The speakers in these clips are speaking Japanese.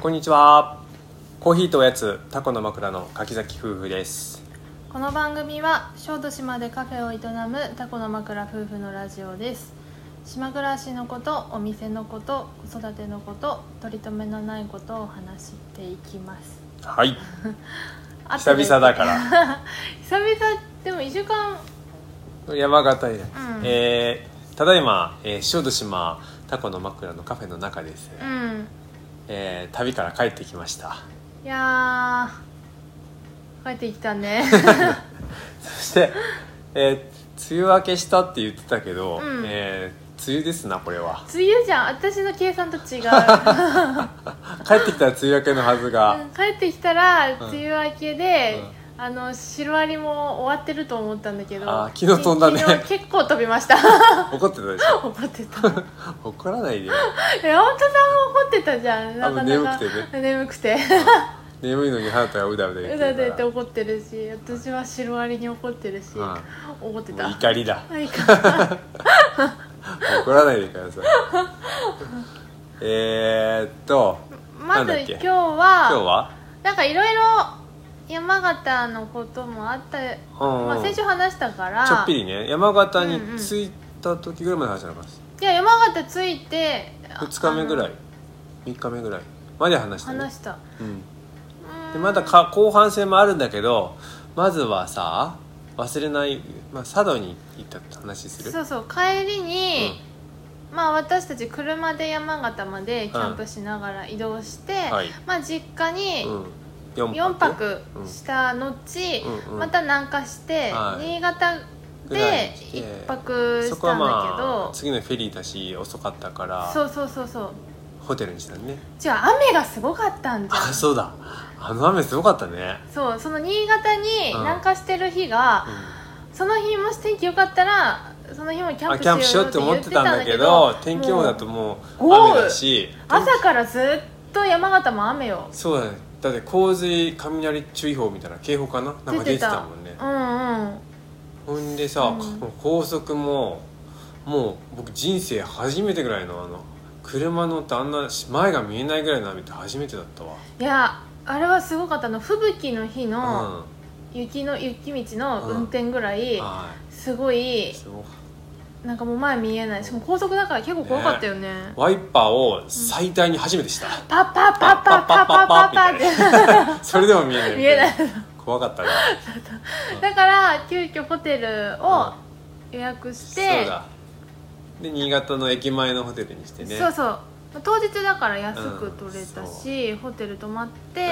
こんにちはコーヒーとおやつタコの枕の柿崎夫婦ですこの番組は小豆島でカフェを営むタコの枕夫婦のラジオです島暮らしのことお店のこと子育てのこと取り留めのないことを話していきますはいあと久です々だ か久々でも1週間ら山形へ、んえーただいま、えー、小豆島タコの枕のカフェの中です、うんえー旅から帰ってきましたいやー帰ってきた ねそして、えー梅雨明けしたって言ってたけど、うんえー梅雨ですなこれは梅雨じゃん私の計算と 違帰ってうきたら梅雨明けのはずうがん帰ってきたらうん梅雨明けで、あのシロアリも終わってると思ったんだけどあー昨日飛んだね 昨日結構飛びました怒ってたでしょ怒ってた怒らないでよえ本当さん怒ってたじゃんあなかなかの眠く眠くて眠いのに花田がうだうだ言うっだてうだる言っかてら怒ってるし私はシロアリに怒ってるし、うん怒ってもたう怒りだあいい か怒らないでくだ さいえーっとなまんずだっけ今日今日ははなんかいろいろ山形のこともあった、うんうんまあ、先週話したからちょっぴりね山形にうんうん着いた時ぐらいまで話してなかったですいや山形着いて2日目ぐらあい3日目ぐらいまで話しのたね話したうんうでんまだか後半戦もあるんだけどまずはさ忘れない、まあ、佐渡に行ったって話するそうそう帰りに、まあ私たち車で山形までキャンプしながら移動して、はいまあ実家にうん、4 4泊した後、うんうんまた南下して、はい新潟ぐらいでにして1泊しそこはたんだけまどあ次のフェリーだし遅かったからそうそうそうそうホテルにしたね違う雨がすごかったんじゃんあそうだあの雨すごかったね、そうその新潟にうん南下してる日が、うんその日もし天気良かったらその日もキャあンキャンププししよよううっってて言思っっててたたんんだだけけどど天気予報だともうもう豪雨雨だし朝からずっと山形も雨よそうだねだって洪水雷注意報みたいな警報かななんか出てたもんねうんうんほんでさ、うんもう高速ももう僕人生初めてぐらいのあの車乗ってあんな前が見えないぐらいの雨って初めてだったわいやあれはすごかったあの吹雪の日のうん雪の雪道の運転ぐらいはすごいいすごかっなんかもう前見えないしかも高速だから結構怖かったよねたワイパーを最大に初めてした、パッパッパッパッパッパッパッパッってそれでも見えない見えない怖かったねだから急遽ホテルを予約しそてうだで新潟の駅前のホテルにしてねそうそう当日だから安く取れたしホテル泊まってうん、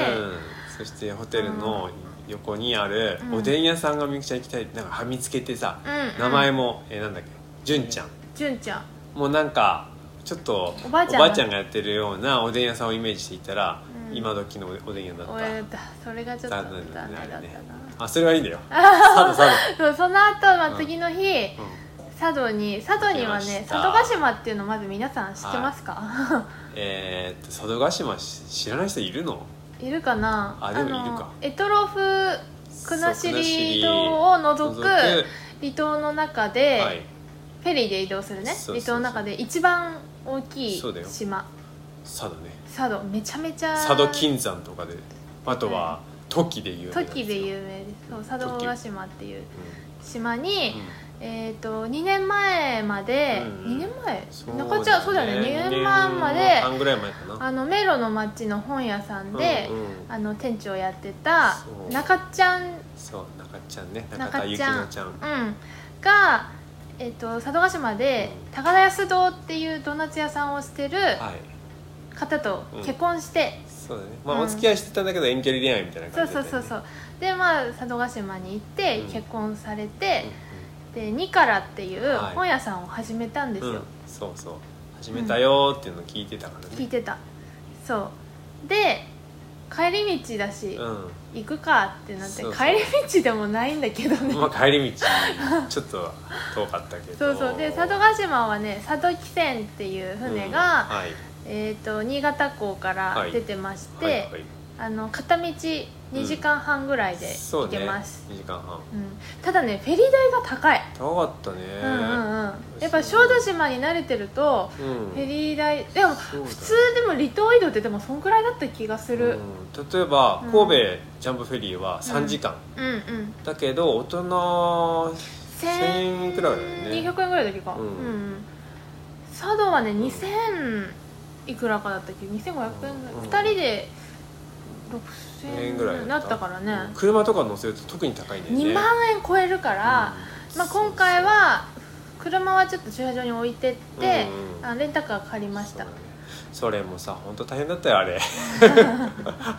そしてホテルの横にあるうんおでん屋さんがみゆきちゃん行きたいってなんかはみつけてさ、うん名前も、えーなんだっけ純ちゃん純ちゃんもうなんかちょっとおばあちゃんがやってるようなおでん屋さんをイメージしていたら、うん今時のおでん屋だっ俺ただそれがちょっと残念だったなあそれはいいんだよさださだそうその後、まうあ、ん次の日うん佐渡に佐渡には行きまねした佐渡島っていうのまず皆さん知ってますか、えーっと佐渡島し知らない人いるのいるかなあでもいるかエトロフ国後そう国後島を除除くく離島の中で、はいフェリーで移動するそねうそうそう離島の中で一番大きいそうだよ島佐渡ね佐渡めちゃめちゃ佐渡金山とかであとはトキで有名なん時すよで有名ですそう佐渡浦島っていう島うんに、うんえー、と2年前まで、うん2年前そう中ちゃんそうだよね2年前ま二年で半ぐらい前かなあの迷路の町の本屋さんで、うんうんあの店長やってたそう中ちゃんそう中ちゃんね中中田ゆきちゃのんちゃんうん、が、えっと佐渡島でうん高田安堂っていうドーナツ屋さんをしてるはい方と結婚して、そうだねまうあんお付き合いしてたんだけど遠距離恋愛みたいなそ感うじそだうったそようねそうでまあ佐渡島に行ってうん結婚されて、でニカラっていうはい本屋さんを始めたんですうんよ、うんそうそう始めたよーっていうの聞いてたから聞いねてたそうで帰り道だし、うん行くかってなってそうそう帰り道でもないんだけど ね、まあ帰り道ちょっと遠かったけどそうそうで佐渡島はね佐渡汽船っていう船うんが、はいえー、と新潟港から出てまして、はいはいあの片道2時間半ぐらいで行けます、 2時間半うんただねフェリー代が高い、高かったねうんうんうんやっぱ小豆島に慣れてるとうんフェリー代でもそうだ普通でも離島移動ってでもそんくらいだった気がする、うん例えばうん神戸ジャンプフェリーは3時間、うん、うんうんだけど大人千1000円くらいだよね200円ぐらいだっけか、ううんんうん佐渡はね2000いくらかだったっけ2500円ぐらい、うん2人で1000円ぐらい6000円だったからね車とか乗せると特に高いんだよね2万円超えるから、まあ、今回は車はちょっと駐車場に置いてって、うんあレンタカー借りましそうだたねそれもさ本当大変だったよあれ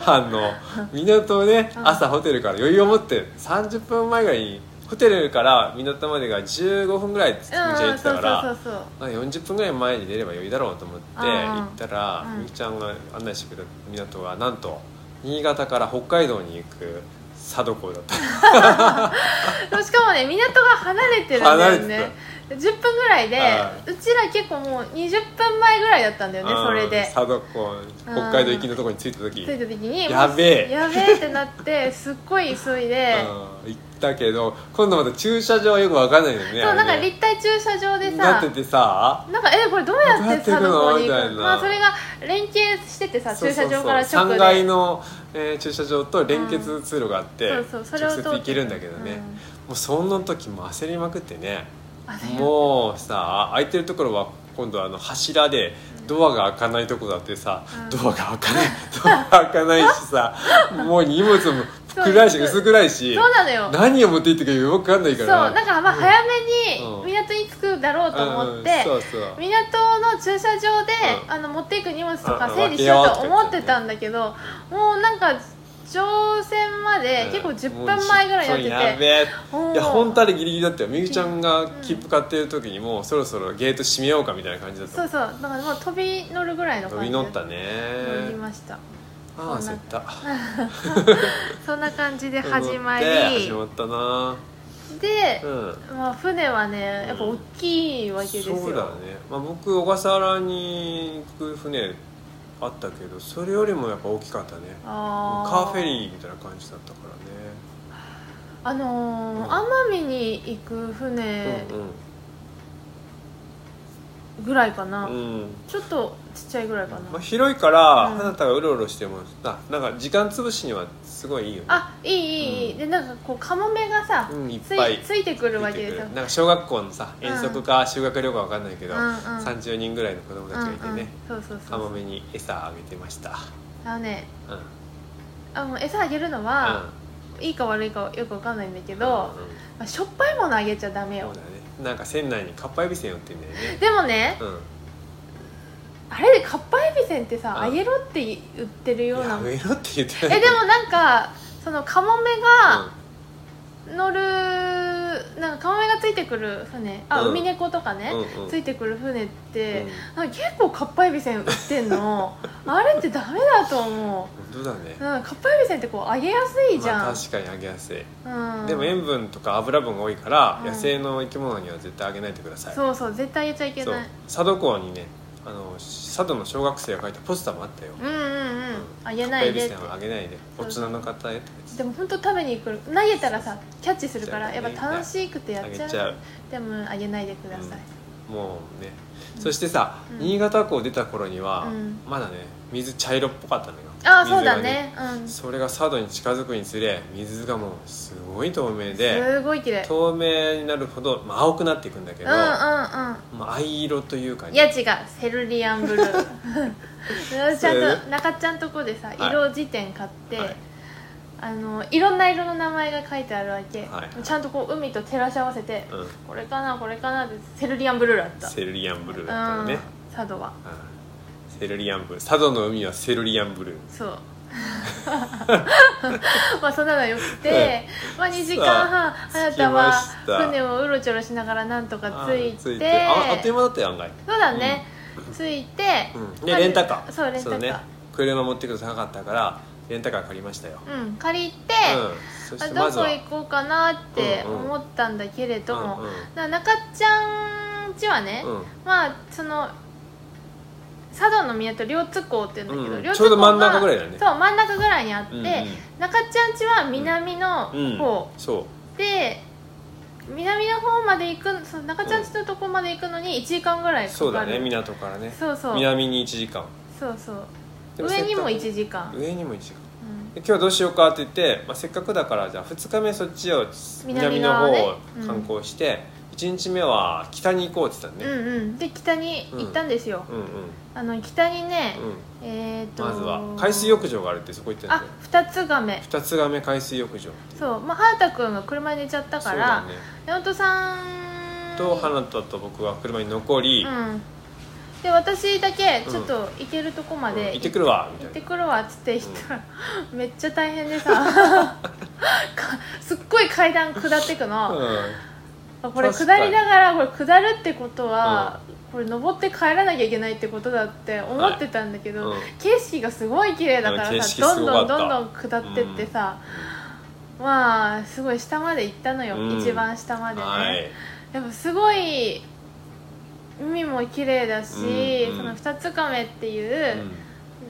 あの港をねうん朝ホテルから余裕を持って30分前ぐらいにホテルから港までが15分ぐらいってみちゃん言ってたから、うん、そうそうそうまあ40分ぐらい前に出れば余裕だろうと思ってうん行ったら、うんみゆきちゃんが案内してくれた港がなんと新潟から北海道に行く佐渡港だったそうでもしかもね港が離れてるんだよね10分ぐらいではうちら結構もう20分前ぐらいだったんだよねそれうんで佐渡港北海道行きのとこに着いた時、着いた時にやべえやべえってなってすっごい急いで、うん行ったけど今度また駐車場はよくわかんないよねそあれうねなんか立体駐車場でなっさててさなんかえこれどうやどうやっってて行佐くの渡港にみた行いくなまあそれが連携しててさそう駐そう車そう場から直3で階の、えー駐車場と連結通路があって、そうそうそれを直通接って行けるんだけどね、うんもうそんな時も焦りまくってねあれもうさ空いてるところは今度あの柱でドアが開かないとこだってさ、うんドアが開かない ドアが開かないしさもう荷物も暗いしそう薄暗いしそうなのよ何を持って行ってくるかよくわかんないかそうらなんかまあ早めうんに港に着くだろうと思って、うんそうそう港の駐車場で、うんあの持っていく荷物とうかん整理しようと分けよう思ってたんだけど、もうなんか乗船まで結構10分前ぐらいににななっててってやて、べえうんいや本当あれギリギリだったよみゆきちゃんが切符買ってる時にもうそろそろゲート閉めようかみたいな感じだったそうそうだからもう飛び乗るぐらいの感飛じでび乗ったね乗りましたああ焦そんっなたそんな感じで始まり乗って始まったなで、うんまあ、船はねやっぱ大きいわけですよ、そうだね、まあ、僕小笠原に行く船あったけどそれよりもやっぱ大きかったねカあーーフェリーみたいな感じだったからねあのー奄美に行く船ぐらいかな、うんうん、うんちょっとちっちゃいぐらいかな、まあ、広いから、うんあなたがうろうろしてもあなんか時間潰しにはすごいいいよねあいいいいいい、うんでなんかこうカモメがさ、うんいっつぱいいついてくるわけですよなんか小学校のさうん遠足か修学旅行かわかんないけど、うんうん30人ぐらいの子供たちがいてね、うんうん、そうそうカそモうメに餌あげてましたあのねうんうんあの餌あげるのは、いいか悪いかよくわかんないんだけど、うんうんまあ、しょっぱいものあげちゃダメそようだねなんか船内にかっぱえびせん売ってんだよねでもねうんあれでかっぱえびせんってさうんあげろって売ってるようなやめろって言ってえないでもなんかそのカモメが乗る、なんかカモメがついてくる船あ、うんウミネコとかね、うんうんついてくる船っうてん、なんか結構かっぱえびせん売って んのあれってダメだと思本当だねう、うん、かっぱえびせんってこう揚げやすいじゃん、まあ、確かにあげやすい、うん、でも塩分とか油分が多いから、うん野生の生き物には絶対あげないでくださいそうそう絶対あげちゃいけそうない佐渡港にねあの佐渡の小学生が書いたポスターもあったようんうんうんあげかっなぱえいびでっせてんはあげないで大人の方へってでも本当食べに来る投げたらさキャッチするからそやうっだねぱ楽しくてやっちゃあうげちゃうでもあげないでください、もうねそしてさ、うん新潟港出た頃には、うんまだね水茶色っぽかったのよああ水がそうだねうんすそれが佐渡に近づくにつれ水がもうすごい透明でごい綺麗透明になるほど、まあ、青くなっていくんだけうんど、うんまうあ、藍色というかんねいや違うセルリアンブ ルーちゃんそうと中ちゃんとこでさはい色辞典買って、はいあのいろんな色の名前が書いてあるわけ、はいはいちゃんとこう海と照らし合わせて、うんこれかなこれかなってセルリアンブルーだったセルリアンブルーだったのね、うん、佐渡はうんセルリアンブルー佐渡の海はセルリアンブルーそう まあそんなのよくて、まあ、2時間半さああなたは着きました船をうろちょろしながらなんとかあ着いーてああっという間だったよ案外、そうだね、着いて、うん、でレンタカーそうレンタカーう,、ね車持ってくると高かったからレンタカー借りましたよ、ん借りて、うん、そしてあまどずこは行こうかなってうんうん思ったんだけれどうも、んうんな中ちゃんちはね、うんまあその佐渡の宮と両津港って言うんだけど、うん両津ちょうど港真んが中ぐらいだねそう真ん中ぐらいにあって、うんうん中ちゃん家は南のうん方、そうで南の方まで行くそう中ちゃん家のとこまで行くのに1時間ぐらいかかるそうだね港からねそうそう南に1時間そうそうでも上にもせっか1時間、く上にも1時間うんで今日どうしようかって言って、まあ、せっかくだからじゃあ2日目そっちを南南のの方方ねを観光して、一1日目は北に行こうって言ったうね、んうんで北に行ったんですよ、うん、うんあの北にねう、んえー、とまずは海水浴場があるってそこ行ってんだあよ二つ亀二つ亀海水浴場そうまあは太君が車に寝ちゃったそかうらだ、ね山本さんと花田と僕は車に残り、うんで私だけちょっと行けるとこまで行ってくるわみ行ったていなくるわっつって行ったら、 めっちゃ大変でさかすっごい階段下ってくの、これ下りながらこれ下るってことは、これ登って帰らなきゃいけないってことだって思ってたんだけど、うんうん景色がすごい綺麗だから景さ色どすんごかどんったどんどん下ってってさ、まあすごい下まで行ったのよ、うん一番下までね、はいでもすごい海も綺麗だし、うんうんその二つ亀っていう、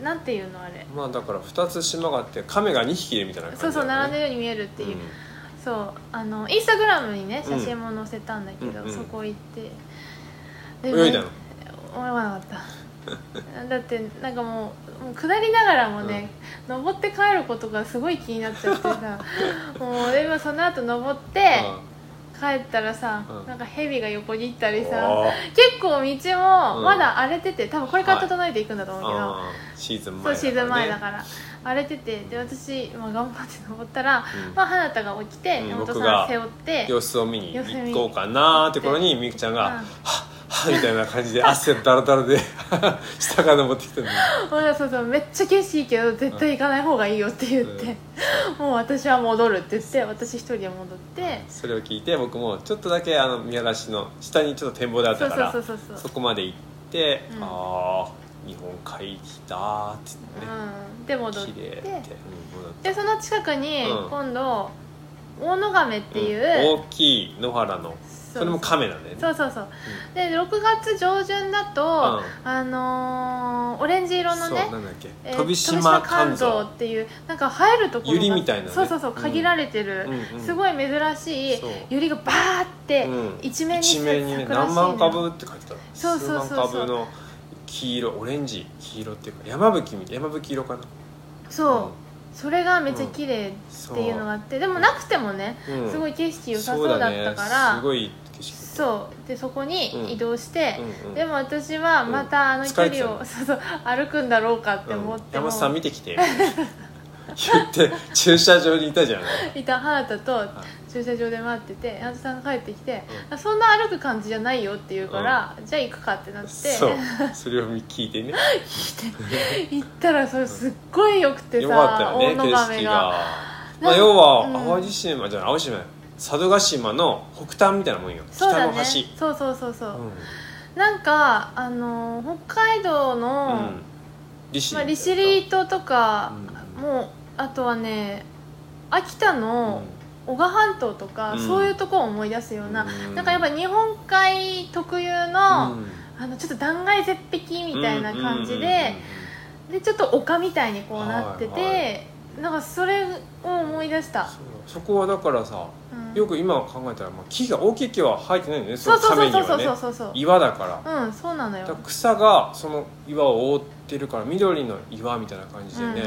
なんていうのあれうんまあだから2つ島があって亀が2匹いるみたいな感じそうそう並んでるるように見えるっていう、そうあのインスタグラムにね写真も載せたんだけど、うんうんそこ行って泳いだの思わなかっただってなんかもうもう下りながらもね、登って帰ることがすごい気になっちゃって さもうでもその後登って帰ったらさ、うんなんかヘビが横切ったうんりさおー結構道もうんまだ荒れてて多分これから整えていくんだと思うけど、あーシーズン前そうシーズン前だらから荒れててで私、まあ、頑張って登ったら、うんまあ、花田が起きてうん山本僕さんが背負って様子を見に様子見に行こうかなーって頃にみゆきちゃんがう「んはっはっ」みたいな感じで汗だらだらで 下から登ってきたのほらそうそうめっちゃ景色いいけど絶対行かない方がいいよって言って、もう私は戻るって言って私一人で戻ってそれを聞いて僕もちょっとだけあの見晴らしの下にちょっと展望であったそうかそうらそうそうそうそこまで行って「うんああ日本海来た」って言ってねうん、で戻っ綺麗っててうん戻っでその近くにうん今度、大野亀っていう、うん大きい野原のそそれも亀なんだよねそうそうそうで6月上旬だと、あのーオレンジ色のそうねなんだっけえー飛島関肝臓東っていうなんか入るところが百合みたいなねそうそうそううん限られてる、うんうんすごい珍しいそう百合がバーってうん一面に一面にね咲くらし何いの万株って書いてたのそうそうそうそう数万株の黄色オレンジ黄色っていうか山吹み山吹色かなそうそれがめっちゃ綺麗っていうのがあってでもなくてもねうん、すごいい景色良さそうだったからすごい景色そうでそこに移動して、うんうんでも私はまたあの距離を、うん疲れてたねそうそう歩くんだろうかってうん思って山も、本さん見てきて言って駐車場にいたじゃないいた花田と駐車場で待ってて山本さんが帰ってきて、うあそんな歩く感じじゃないよって言うから、じゃあ行くかってなってそうそれを聞いてね行ったらそれすっごい良くてさよかったよね大景野亀色が、がまあ、要はうん淡路島じゃない淡路島じゃない佐渡島の北端みたいなもんよ、そう北だのね端そうそうそうそう、うんなんかあのー北海道うの、ん利尻まあ、みたいな利尻島とか、うんもうあとはね秋田の男鹿半島とか、うんそういうとこを思い出すような、うんなんかやっぱ日本海特有の,、うんあのちょっと断崖絶壁みたいな感じで,、でちょっと丘みたいにこうなってて、はいなんかそれを思い出した、そうそこはだからさうんよく今考えたら、まあ、木が大きい木は生えてないんだよねそうそうのそう亀にそうそうはそうねそうそう岩だからうんそうなのよだから草がその岩を覆ってるから緑の岩みたいな感じでね、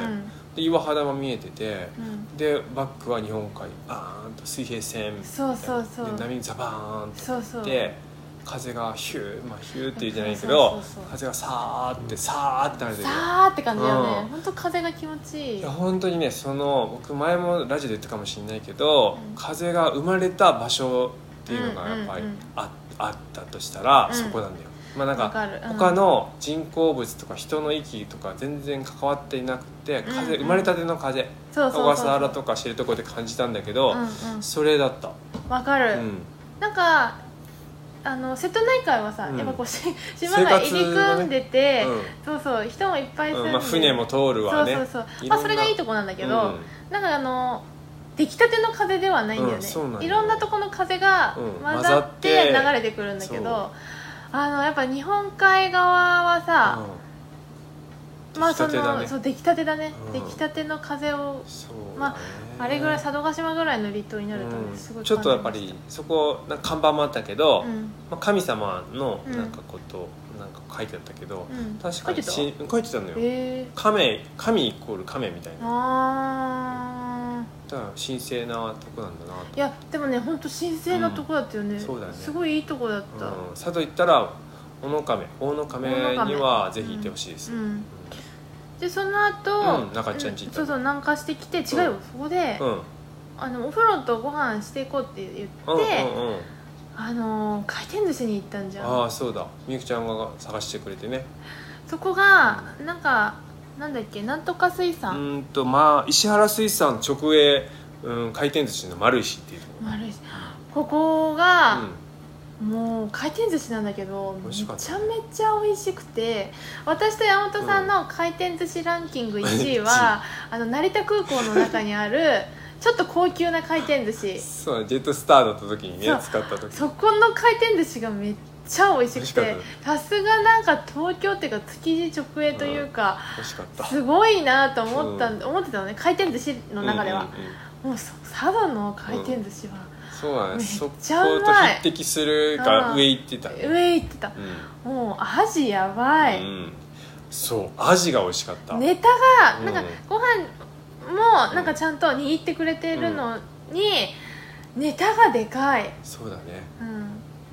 で岩肌も見えててうんうんうんでバックは日本海バーンと水平線みたいなそうそうそうで波にザバーンとそうそうで風がヒューまあヒューって言うんじゃないけどそうそうそう風がさーってさーってなれてるさーって感じだよね、うんほんと風が気持ちいいいや本当にねその僕前もラジオで言ったかもしれないけど、うん風が生まれた場所っていうのがやっぱりうんうんうんあ,、あったとしたら、うんそこなんだよまあなんわかかる、うん他の人工物とか人の息とか全然関わっていなくて風、うんうん生まれたての風そう小そう笠そう原とか知床で感じたんだけど、うんうんそれだった、わかる、うんなんかあの瀬戸内海はさ、うんやっぱこうし島が入り組んでて、うんそうそう人もいっぱい住んで、うんまあ、船も通るわねそうそうそういろんまなあそれがいいとこなんだけど、うんなんかあの出来たての風ではないんだようんね、そうなんだよいろんなとこの風がうん混ざって混ざって流れてくるんだけそど、あのやっぱ日本海側はさ、うんまあそ出来たてだのねそう出来たてだねうん出来たての風をそうだねまあれぐらい佐渡島ぐらいの離島になるとうんすごいちょっとやっぱりそこなんか看板もあったけど、感じましまあ、神様のうんなんかこと、なんか書いてあったけど、たうんうん確かに書いてし書いてたのたよ、えー亀神イコール亀みたいなあーだから神聖なとこなんだなといやでもね本当神聖なとこだったよね,、うんそうだねすごいいいとこだった、うん、佐渡行ったら大野亀大野亀にはぜひ行ってほしいです、ううんんでその後、うん中ちゃんち行ったそうそう南下してきて違うよ、うんそこで、うんあのお風呂とご飯していこうって言って、うんうんうんあのー回転寿司に行ったんじゃあんあそうだみゆきちゃんが探してくれてねそこがなんかなんだっけなんとか水う産、ーんとまあ石原水産直営、うん、回転寿司の丸石っていうとこ丸いしこころ、が、もう回転寿司なんだけど美め味ちしかゃめったちゃ美味しくて私と山本さんの回転寿司ランキング1位は、あの成田空港の中にあるちょっと高級な回転寿司うん、そうだねジェットスターだった時にねそう使った時そこの回転寿司がめっちゃ美味しく美て味しさすがなんか東京っていうか築地直営というか、美味しかったすごいなと思った、うん思ってたのね回転寿司の中では、うんうんうんもうそ佐渡の回転寿司は、そうだねめっそことちゃうまい匹敵するからうん上行ってたね上行ってたうんもうアジやばい、うんそうアジが美味しかった、ネタがうんなんかご飯もなんかちゃんと握ってくれてるのに、ネタがでかいそうだねうん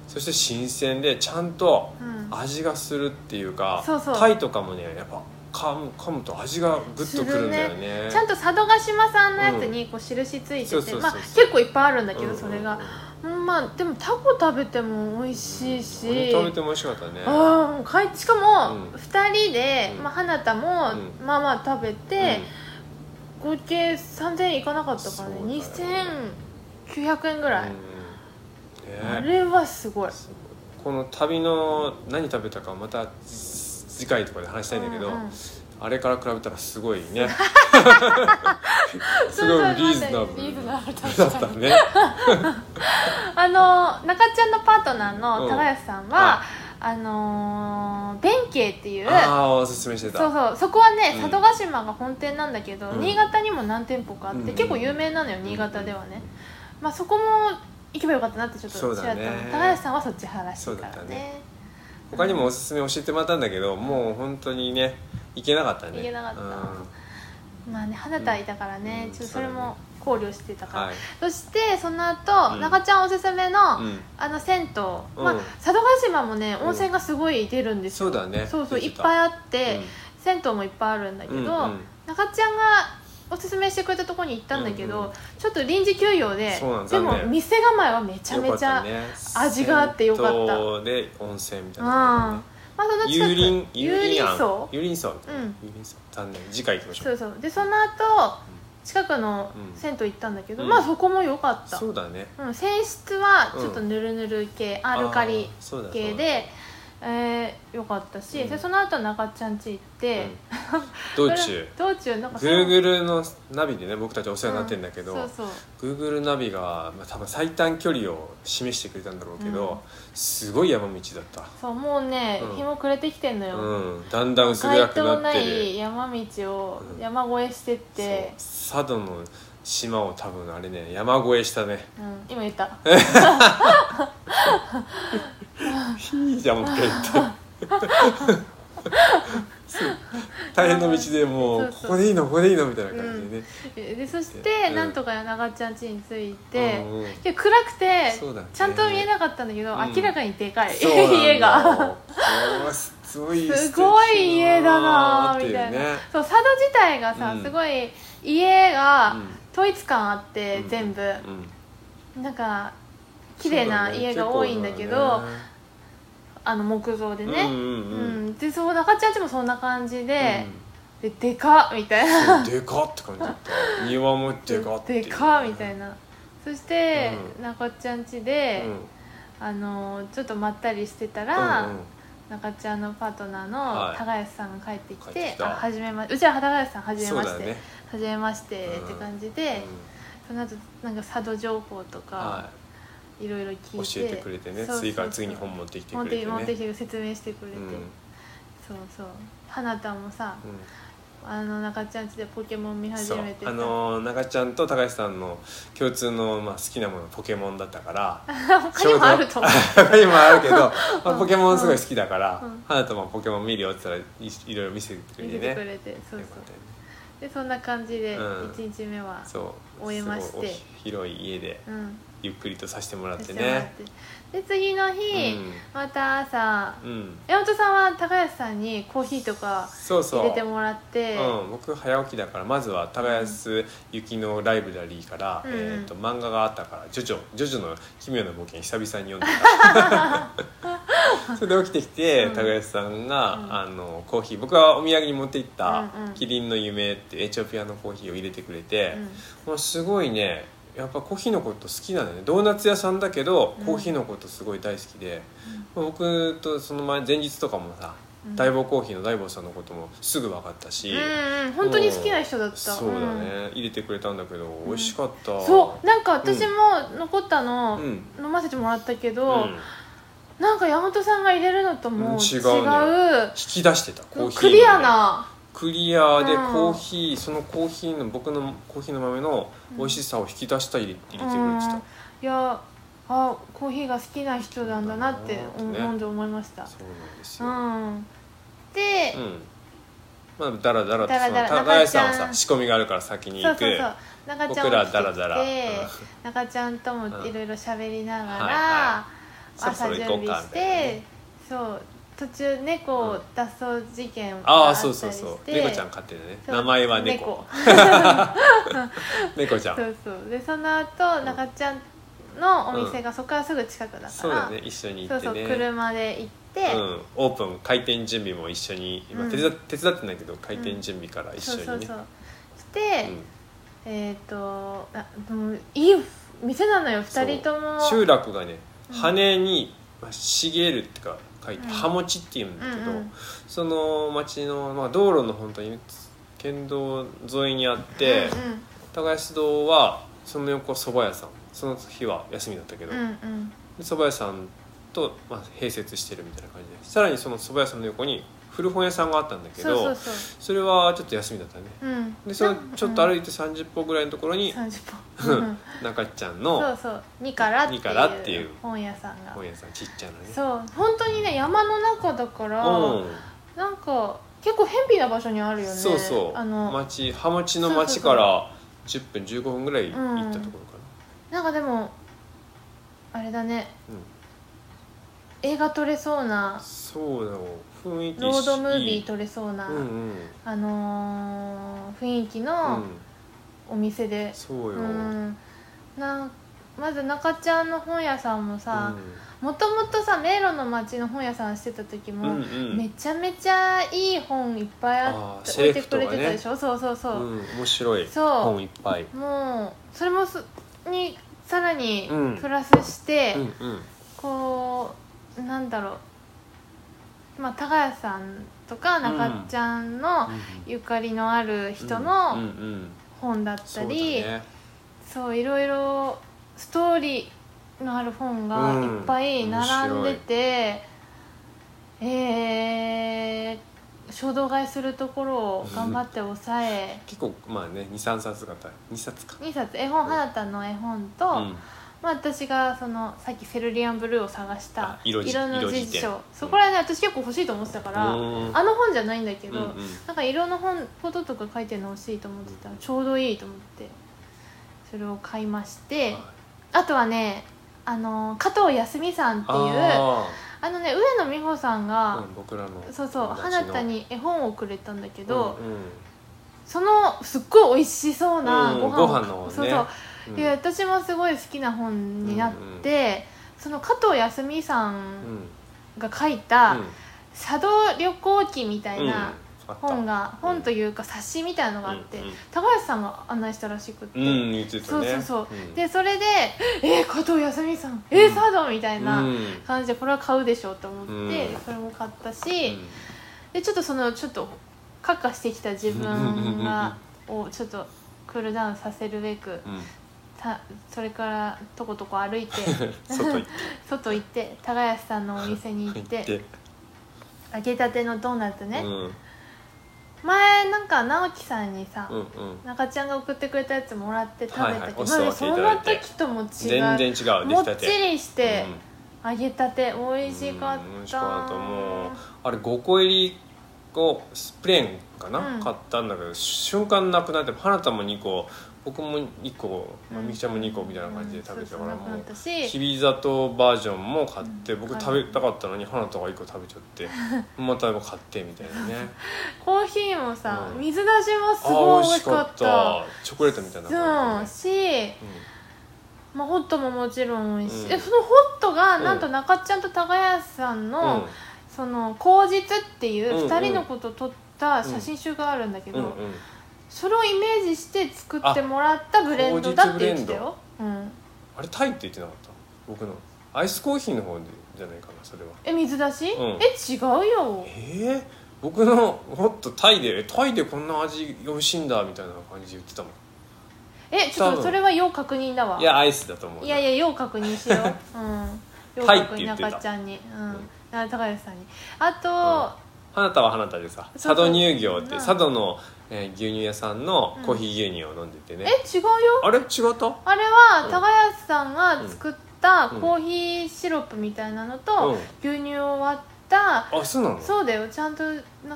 そして新鮮でちゃんとうん味がするっていうかそうそうタイとかもねやっぱ噛む噛むと味がグッとくるんだよねちゃんと佐渡島さんのやつにこう印ついそてうそうてそうまあ結構いっぱいあるんだけうんうんどうんそれが、うんまあでもタコ食べても美味しういん俺し、食べても美味しかったねああもうかいしかもうん2人で、うんまあ、花田も、うまあまあ食べて、うん合計3000円いかなかったからねそうだよ2900円ぐらい、あうんねれはすごいすごいこの旅の何食べたかまた次回とかで話したいんだけど、うんうんあれから比べたらすごい ねすそうそうごいリーズナブリーズナブルルだ ったねあの中ちゃんのパートナーうのん高安さんは、あのー弁慶っていうああおすすめしてたそうそうそこはねうん佐渡島が本店なんだけど、うん新潟にも何店舗かあって、うん結構有名なのよ新潟ではね、まあ、そこも行けばよかったなってちょっとそうちだらっねと高安さんはそっち派らしいそかうだらったねね他にもおすすめ教えてもらったんだけどもう本当にね行けなかったね行けなかったうまあね花田いたからね、うんちょっとそれも考慮してたから、んはいそしてその後、うん中ちゃんおすすめの、うんあの銭湯、まあうん佐渡島もね温泉がすごい出るんですよ、そうだねそうそうい出ってたぱいあって、銭湯もいっぱいあるんだけど、うんうん中ちゃんがおすすめしてくれたところに行ったんだけど、うんうんちょっと臨時休業でそうなんで残念も店構えはめちゃめちゃ、よかったね味があってよかった銭湯で温泉みたうんいまなあその感じ近だくね油林有林荘油林荘うん油林荘残念次回行きましょそううそうでその後近くのうん銭湯行ったんだけど、うんまあそこも良かった、そうだねうん、泉質はちょっとぬるぬる系、アルカあリーそうだ系そうだで、えー、よかったし、うんでその後中ちゃんち行って、 うんそ道れ中道中なんかその Google のナビでね僕たちお世話になってるんだけど、うそうそう Google ナビが、まあ、多分最短距離を示してくれたんだろうけど、うんすごい山道だったそうもうね、うん日も暮れてきてんのよ、うん、だんだん薄暗街く灯なっなてるい山道をうん山越えしてって、そう佐渡の島を多分あれね山越えしたね うん今言ったいいじゃんもう一回言ってそう 大変な道でもそううそうここでいいのここでいいのみたいな感じでね、でそして、うんなんとか長ちゃん家に着いて、うんうんで暗くてそうだねちゃんと見えなかったんだけど、うん明らかにでかい、そうなんだよ 家がこれはすごい素敵だなーすごい家だなっーてみうたいなねそう佐渡自体がさ、うんすごい家がうん統一感あって、うん全部うんなんか綺麗な家が多いんだけそうどだねあの木造で結構ね、だねうんううんうんでそう中ちゃん家もそんな感じでうん、ででかっみたいなでかって感じだった庭もでかっていう でかみたいなそして、う中ちゃん家で、あのーちょっとまったりしてたうら、んうん中ちゃんのパートナーはのい高安さんが帰ってき帰っててき「たあはじめまうちは高安さんはじめそまうしだよて、ねはじめまして」うんって感じで、その後なんか佐渡情報とうんかはいろいろ聞い教いてえてくれてねそうそうそう次から次に本持ってきて持くっれててね持ってきて説明してくれうて、んそうそう花たもさあの中ちゃんちでポケモン見うん、始そうめてさあのー中ちゃんと高橋さんの共通の、まあ、好きなものポケモンだったから他にもあると思う他にもあるけど、まあうんポケモンすごい好きだからうん花ともポケモン見るよって言ったらいいろいろ見せてくれ見てせねてくれてそうよそかうったよねでそんな感じでうん1日目はそう終えましてすごいお広い家でうんゆっくりとさせてもらってしてもらっねてで次の日また朝うん、うん、山本さんは高橋さんにコーヒーとかそうそう入れてもらってうん、僕早起きだからまずは耕ゆきのライブラリーから、うんえー、と漫画があったから「ジョジョジョジョの奇妙な冒険」久々に読んで たそれで起きてきてうん耕さんが、うんあのコーヒー僕はお土産に持って行ったうんうん「キリンの夢」ってエチオピアのコーヒーを入れてくれて、うんもうすごいねやっぱコーヒーのこと好きなんだよねドーナツ屋さんだけどうんコーヒーのことすごい大好きで、僕とその前前日とかもさうん大坊コーヒーの大坊さんのこともすぐ分かったし、うんうん本当に好きな人だったそうだね、入れてくれたんだけど美味しかった、うんそうなんか私も残ったのうん飲ませてもらったけうどん、引なんか山本さんが入れるのともううん違違ううねき出してたコーヒーのクねリアなクリアでうんコーヒー、そのコーヒーの僕のコーヒーの豆の美味しさを引き出した入れ入れてくれてた、いやあコーヒーが好きな人なんだなってうんね飲んで思いましたそうなんですうよ、んでうんまあだらだらとだらだらその高橋さんは中ちゃさん仕込みがあるから先にそ行うくそうそう中ちゃん僕らも来てきだらだら、て うん中ちゃんともいろいろ喋りながうんはいらは朝準備しみて、たいなねそう途中猫うん脱走事件があああったそりうして、そうそう猫ちゃん飼ってるね名前は猫猫ちゃんそうそうでその後中ちゃんのお店がそこからすぐ近くだから、そうだね一緒に行そうってそうね車で行って、うん、オープン開店準備も一緒に今うん手伝,、手伝ってないけど開店準備から一緒そうにねそうそうして、うんえっ、とあもういい店なのよそ2う人とも集落がねうん羽にまあ茂るってか書いて、うんハモチっていうんだけど、うんうんその町の、まあ、道路の本当に県道沿いにあって、高安堂はその横蕎麦屋さんその日は休みだったけうど、んうんうんで蕎麦屋さんと、まあ、併設してるみたいな感じでさらにその蕎麦屋さんの横に古本屋さんがあったんだけそうどそうそうそれはちょっと休みだったねうんでそのちょっと歩いいて30歩ぐらいのところに30分、うん、中ちゃんそうのそう「にから」にからっていっていうう本屋さんが本屋さんちっちゃなねそう本当にね山の中だから、うなんか結構偏僻な場所にあるよんねそうそうあの、町ハマチの町から10分15分ぐらい行ったところかなんかでもあれだねな、うん映画撮れそうなそうだよ雰囲気ロードムービーと撮れそうな、うんうんあのー雰囲気うのんお店で、そううよ、んなんまず中ちゃんの本屋さんもさもともとさ迷路の街の本屋さんしてた時うん、うも、んうんめちゃめちゃいい本いっぱいああっーてセ置いレてクくトれがねてたでしょそうそうそうう、ん面白いそう本いっぱいもうそれもすにさらにうんプラスして、うんうんこうなんだろうまあ高谷さんとか中ちゃんのゆかりのあるう人んうんのうん本だったそうだり、ねそういろいろストーリーのある本がうんいっぱい並んでて、えー、衝動買いするところを頑張って抑え結構まあね23冊が2冊か2冊絵本花田の絵本と、うんまあ、私がそのさっきセルリアンブルーを探したあ色じの色辞典辞書そこらね私結構欲しいと思ってたから、うんあの本じゃないんだけど、うんうんなんか色の本こととか書いてるの欲しいと思ってたらちょうどいいと思ってそれを買いましてはあとはねあの加藤康美さんっていうああのね上野美穂さんーがう、ん僕らのそうそう友達花の田に絵本をくれたんだけど、うんうんそのすっごい美味しそうなうんご飯,、ご飯の方ねそうそううんで私もすごい好きな本になって、その加藤康美さうんんが書いうたん「佐渡旅行記」みたいなうん本が、うん本というか冊子みたいなのがあって、うんうん高橋さんが案内したらしくって、うん言ってたそうねそうそう、んでそれで「え加藤康美さんえうん佐渡」みたいなうん感じでこれは買うでしょうと思って、うんそれも買ったうし、んでちょっとそのちょっとカッカしてきた自分がをちょっとクールダウンさせるべくうん たそれからとことこ歩いて外行って外行 って高安さんのお店に行っ行ってて揚げたてのドーナツね、うん前なんか直樹さんにさ、うんうん中ちゃんが送ってくれたやつもらって食べたけど、はいはいまあ教えそていただのいて時とも違う全然違うでもきったてちりしてうん揚げたて美味しかった、うん美味しかったもうあれ5個入りをプレーンかな、うん買ったんだけど瞬間なくなって花田も2個僕も1個、まあ、みきちゃんも2個みたいな感じで食べてたから、うんそうそうなもくなっうたきしび砂糖バージョンも買って、うん僕食べたかったのに花田が1個食べちゃってまた買ってみたいなね コーヒーもさ、うん水出しもすああごい美味し美味しかかっったたチョコレートみたいなそう感じし、でね、まあ、ホットももちろん美味しい、うんえそのホットがなんと中ちゃんと高安さんうんの、その口実っていうんううん2人のことを撮った写真集があるんだけど、うんうんうんそれをイメージして作ってもらったブレンドだって言ってたよ、うん、あれタイって言ってなかった僕のアイスコーヒーの方でじゃないかなそれはえ水出し、うんえ違うよえー、僕のもっとタイでえタイでこんな味美味しいんだみたいな感じで言ってたもんえちょっ多分とそれは要確認だわいやアイスだと思ういいやいや要確認しよ う、うん、要はいっ確て認言ってた中ちゃんに、うんんあ高安さんにあと、花田は花田でさそうそう佐渡乳業ってうん佐渡の、えー牛乳屋さんのうんコーヒー牛乳を飲んでてね、え違うよあれ違ったあれうはん高安さんが作ったうんコーヒーシロップみたいなのうんと牛乳を割った、あそうなのそうだよちゃんと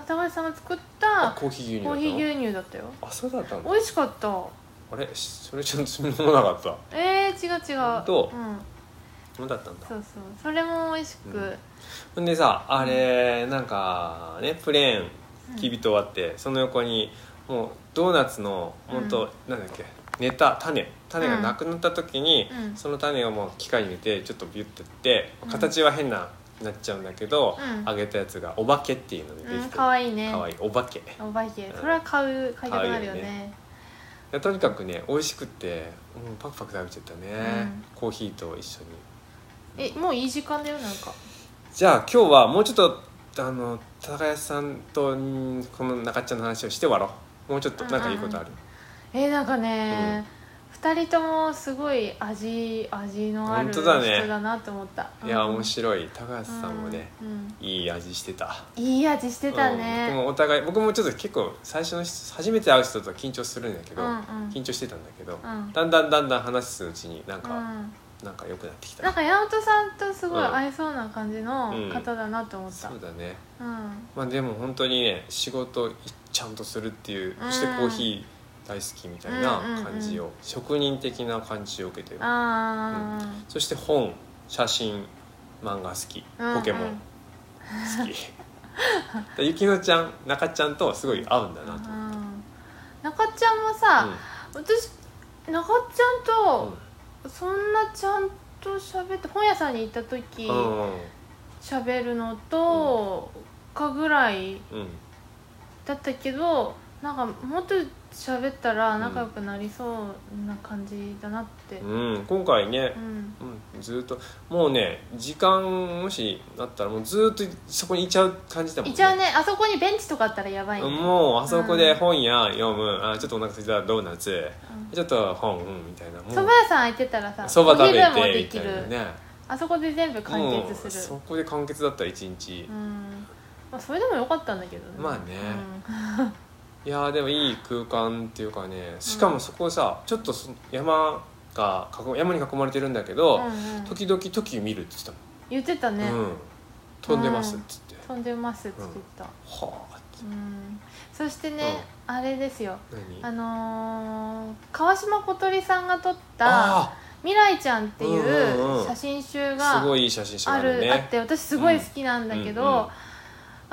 高安さんが作っあたコーヒー牛乳コだーっヒたのー牛乳だったよあそうだったの美味しかったあれしそれちょっと飲まなかったえー、違う違ほうんとうそん、うだったんだそうそうそれも美味しく、うんほんでさあれなんかねプレーンきびと割ってその横にもうドーナツの本当、なんだっけ寝た種種がなくなった時に、うんその種をもう機械に入れてちょっとビュッてってうん形は変ななっちゃうんだけど、うん揚げたやつがお化けっていうのでできてうる、ん、かわいいねかわいいお化けおばけそれは買う買いたくなるよ買うよねでとにかくね美味しくって、うん、パクパク食べちゃったね、コーヒーと一緒にえもういい時間だよなんかじゃあ今日はもうちょっとあの高安さんとんこの中っちゃんの話をして終わろうもうちょっとなんかいいことある、えなんかね、二人ともすごい味味のある本当人だねだなと思った、いやうん面白い高橋さんもね、うんうんいい味してたいい味してたうん僕ねもお互い僕もちょっと結構最初の人初めて会う人と緊張するんだけど、うんうん緊張してたんだけど、うんだんだんだんだん話すうちになんうか、んなんか良くなってきたなんか山本さんとすごいうん合いそうな感じの方だなと思った、そうだねうんまあでも本当にね仕事いちゃんとするっていうそしてうんコーヒー大好きみたいな感じを、う職人的な感じを受けてるあーそして本写真漫画好きうんポケモン、好 きでゆきのちゃん中ちゃんとすごい合うんだなと、うん中ちゃんもさ、私中ちゃんとそんなちゃんと喋って本屋さんに行った時うんうんうん喋るのとかぐらいうんだったけどなんかもっと喋ったら仲良くなりそうな感じだなってうん今回ねう、んうん、ずっともうね時間もしなったらもうずっとそこにいちゃう感じだもん一応ねあそこにベンチとかあったらやばいねうんもうあそこで本や読む、あちょっとお腹空いたドーナツちょっと本、うん、みたいなも蕎麦う屋さん空いてたらさそばお食べ昼もてでみきたいなるねあそこで全部完もう結すそるこで完結だったら一日う、んまあそれでもよかったんだけどねまあねいやーでもいい空間っていうかねしかもそこさちょっとそ山が囲山に囲まれてるんだけうど、んうんうん時々時見るって言って言ってたたねもん、うん、飛んでますっつって、飛んでますって言ってたはあってうんそしてねあれですよ何あのー川島小鳥さんが撮ったあ「未来ちゃん」っていうんうんうんう写真集ーがすごいいい写真集がああるるあっねて私すごい好きなんだけど、うんうんうん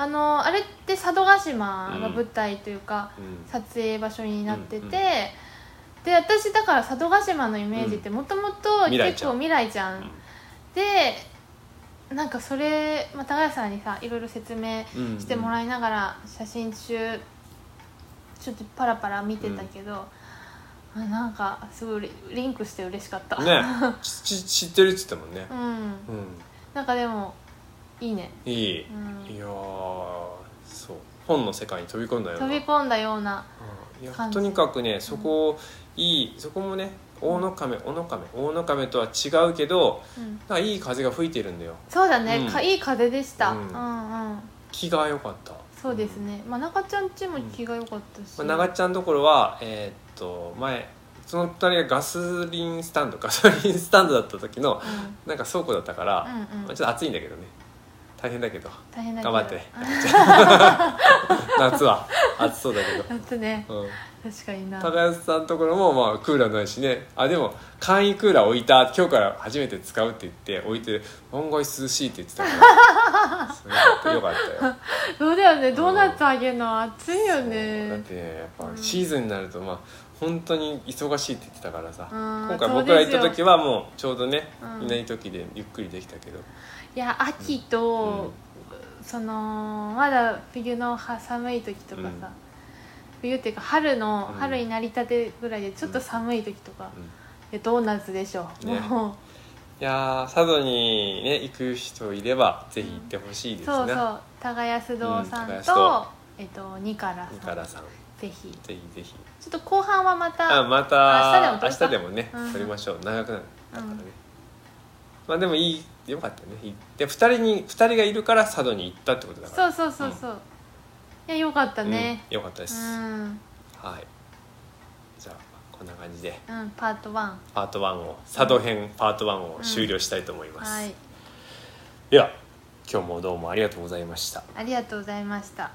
あのーあれって佐渡島が舞台というか、うん撮影場所になってて、うんうんで私だから佐渡島のイメージってもともと未来ち結ゃん構未来ちゃん、うんでなんかそれ、まあ、高橋さんにさいろいろ説明うんうんしてもらいながら写真中ちょっとパラパラ見てたけど、あなんかすごいリンクして嬉しかった、ねちち知ってるっつってたもんねう、んうんなんかでもいいね、いい、うん、いやーそう本の世界に飛び込んだような飛び込んだようなうんいや感じとにかくねそこをいいそこもね大野亀大野亀大野亀とは違うけどうんなんかいい風が吹いてるんだよそうだね、うんかいい風でした、ううんん、うん気が良かったそうですね、まあ、中ちゃんちも気が良かったし、まあ、長ちゃんのところはえーっと前その隣がガスリンスタンド ガソリンスタンドだった時のなんか倉庫だったから、うんうんうんまあちょっと暑いんだけどね大変だけど 大変だけど頑張って夏は暑そうだけ夏ねど、うん、確かにな高安さんのところもまあクーラーないしねあでも簡易クーラー置いた今日から初めて使うって言って置いて案外涼しいって言ってた からすごいよかったよそうだよねドーナツあげるの暑いよだっねてねやっぱシーズンになるとまあ本当に忙しいって言ってたからさ、うん今回そう僕ら行っですよた時はもうちょうどね、うんいない時でゆっくりできたけど、いや秋と、そのまだ冬のは寒い時とかうさ、ん冬っていうか春の、うん春になりたてぐらいでちょっと寒い時とか、うんいいやドーナツでしょ、ねもやー佐渡にね行く人いればぜひ行ってほしいうですね、そうそう耕す堂さんうんと,、耕えっとニカ三ラさん原さんぜひぜひぜひちょっと後半はまたあまた明日明日でもでもね、うん撮りましょう長くなるだからね、うんまあでもいいよかったねいいで2人に二人がいるから佐渡に行ったってことだからそうそうそうそう、いやよかったねうんよかったでうす、ん、うんはいじゃあこんな感じでパート1はパート1を佐渡編パート1を終了したいと思います、いでは今日もどうもありがとうございましたありがとうございました